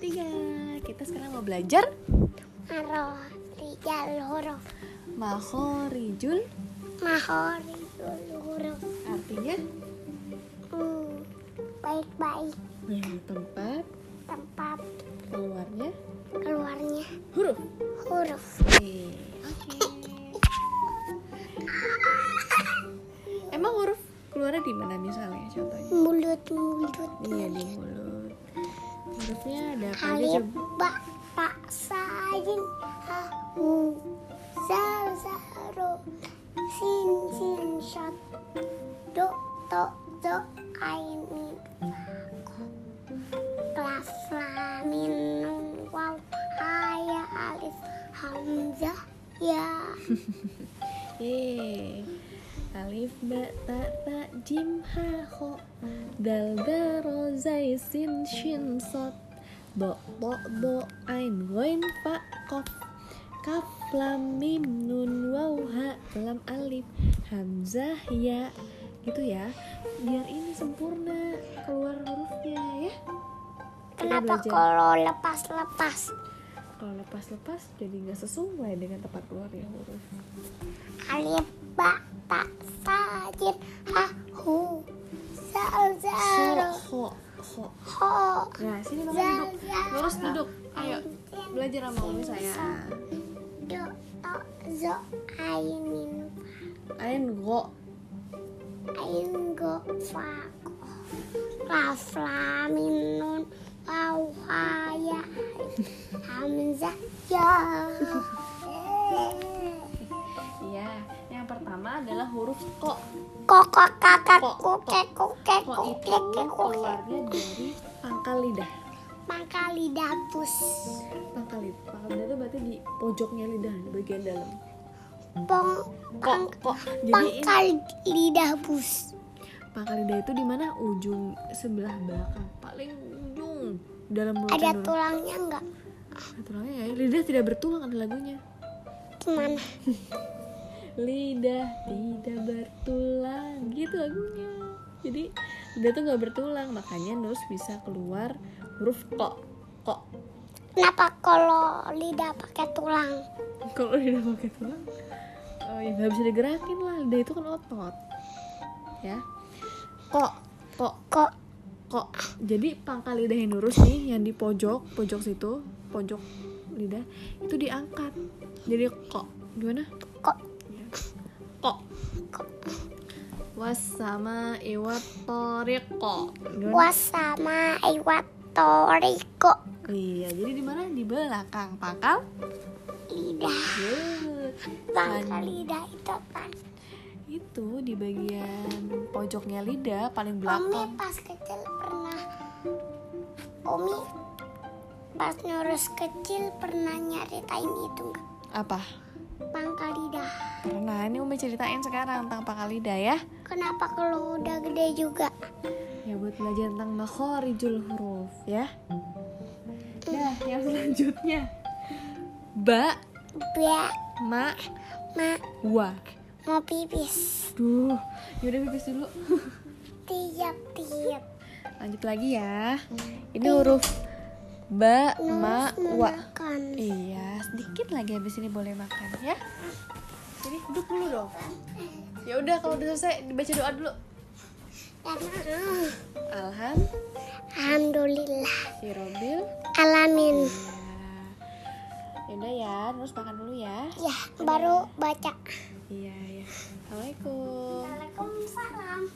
tiga Kita sekarang mau belajar Makhorija huruf Makhorijul Makhorija huruf Artinya Hmm, Baik-baik hmm, tempat tempat keluarnya keluarnya huruf huruf Oke. Emang huruf keluarnya di mana misalnya contohnya? Mulut-mulut Iya di mulut Hurufnya ada apa aja Alif coba? Ba Pa Sayin Ha Hu Zal Zaro Sin Sin Shot Do To Do Ain Min Klas Lamin Nun Waw Haya Alif Hamzah Ya Yeay. Alif ba ta ta jim ha ho dal da ro zai sin shin sot bo bo do ain goin fa kof kaf lam mim nun waw ha lam alif hamzah ya gitu ya biar ini sempurna keluar hurufnya ya Kita Kenapa belajar. kalau lepas-lepas kalau lepas lepas jadi nggak sesuai dengan tempat keluarnya huruf Alif Ba Pa Sayin Ha Hu Zal ho Zaro ho ho Ho nah sini mama Zal duduk Zaro lurus duduk ayo belajar sama umi saya Do, to, zo, ainin, ain go ain, go, fa, go. La, fla, min, nun, waw, ha, ya, hamzah, ya. iya yang pertama adalah huruf ko Koko kakak Ko, ko. kuke kuke Eh, ko itu kuke kuke keluarnya dari pangkal lidah Maka lidah pus pangkal lidah pangkal lidah itu berarti di pojoknya lidah di bagian dalam Pong, pong, ko jadi ini pangkal lidah pus pangkal lidah itu di mana ujung sebelah belakang paling ujung dalam mulut Ada tulangnya enggak? Naturalnya nggak ya? Lidah tidak bertulang ada lagunya. Gimana? Lidah tidak bertulang gitu lagunya. Jadi lidah tuh nggak bertulang makanya nus bisa keluar huruf ko ko. Kenapa kalau lidah pakai tulang? Kalau lidah pakai tulang, oh ya nggak bisa digerakin lah. Lidah itu kan otot, ya. Ko ko Kok kok jadi pangkal lidah yang lurus nih yang di pojok pojok situ pojok lidah itu diangkat jadi kok gimana Kok. kok was sama iwat toriko gimana wasama iwatoriko iya jadi di mana di belakang pangkal lidah Good. pangkal lidah itu kan itu di bagian pojoknya lidah paling Umi belakang pas kecil pernah Umi pas ngurus kecil pernah nyeritain itu nggak? apa pangkal lidah nah ini umi ceritain sekarang tentang pangkal lidah ya kenapa kalau udah gede juga ya buat belajar tentang makhorijul huruf ya nah yang selanjutnya ba ba ma ma wa mau pipis duh yaudah pipis dulu tiap tiap lanjut lagi ya ini huruf ba ma Nah, wa makan iya sedikit lagi habis ini boleh makan ya jadi duduk dulu dong ya udah kalau udah selesai dibaca doa dulu Dan, ah, alhamdulillah alhamdulillah Irobil alamin Yaudah ya, terus makan dulu ya. ya baru baca Iya, ya. Assalamualaikum. Waalaikumsalam.